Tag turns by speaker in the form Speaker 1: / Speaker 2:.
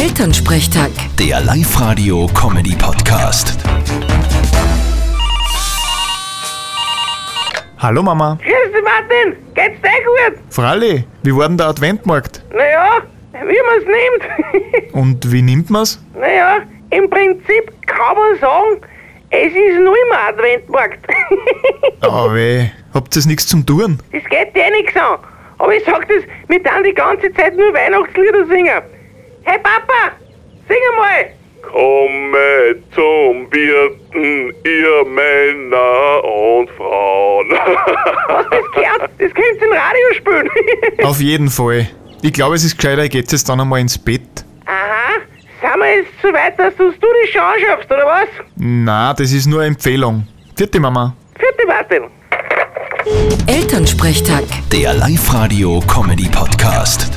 Speaker 1: Elternsprechtag.
Speaker 2: Der Live-Radio-Comedy-Podcast.
Speaker 3: Hallo Mama.
Speaker 4: Grüß dich, Martin. Geht's dir gut?
Speaker 3: Fralli, wie war denn der Adventmarkt?
Speaker 4: Naja, wie man's nimmt.
Speaker 3: Und wie nimmt man's?
Speaker 4: naja, im Prinzip kann man sagen, es ist nur immer Adventmarkt.
Speaker 3: Oh weh, habt ihr nichts zum Tun?
Speaker 4: das geht dir nichts an. Aber ich sag das, wir dann die ganze Zeit nur Weihnachtslieder singen. Hey Papa, sing einmal.
Speaker 5: Komme zum Wirten, ihr Männer und Frauen.
Speaker 4: Hast du das gehört? Das könntest du im Radio spielen.
Speaker 3: Auf jeden Fall. Ich glaube, es ist gescheiter, ihr geht jetzt dann einmal ins Bett.
Speaker 4: Aha, sind wir jetzt so weit, dass du uns du die Chance schaffst, oder was?
Speaker 3: Na, das ist nur eine Empfehlung. Vierte Mama.
Speaker 4: Vierte Martin.
Speaker 1: Elternsprechtag.
Speaker 2: Der Live-Radio-Comedy-Podcast.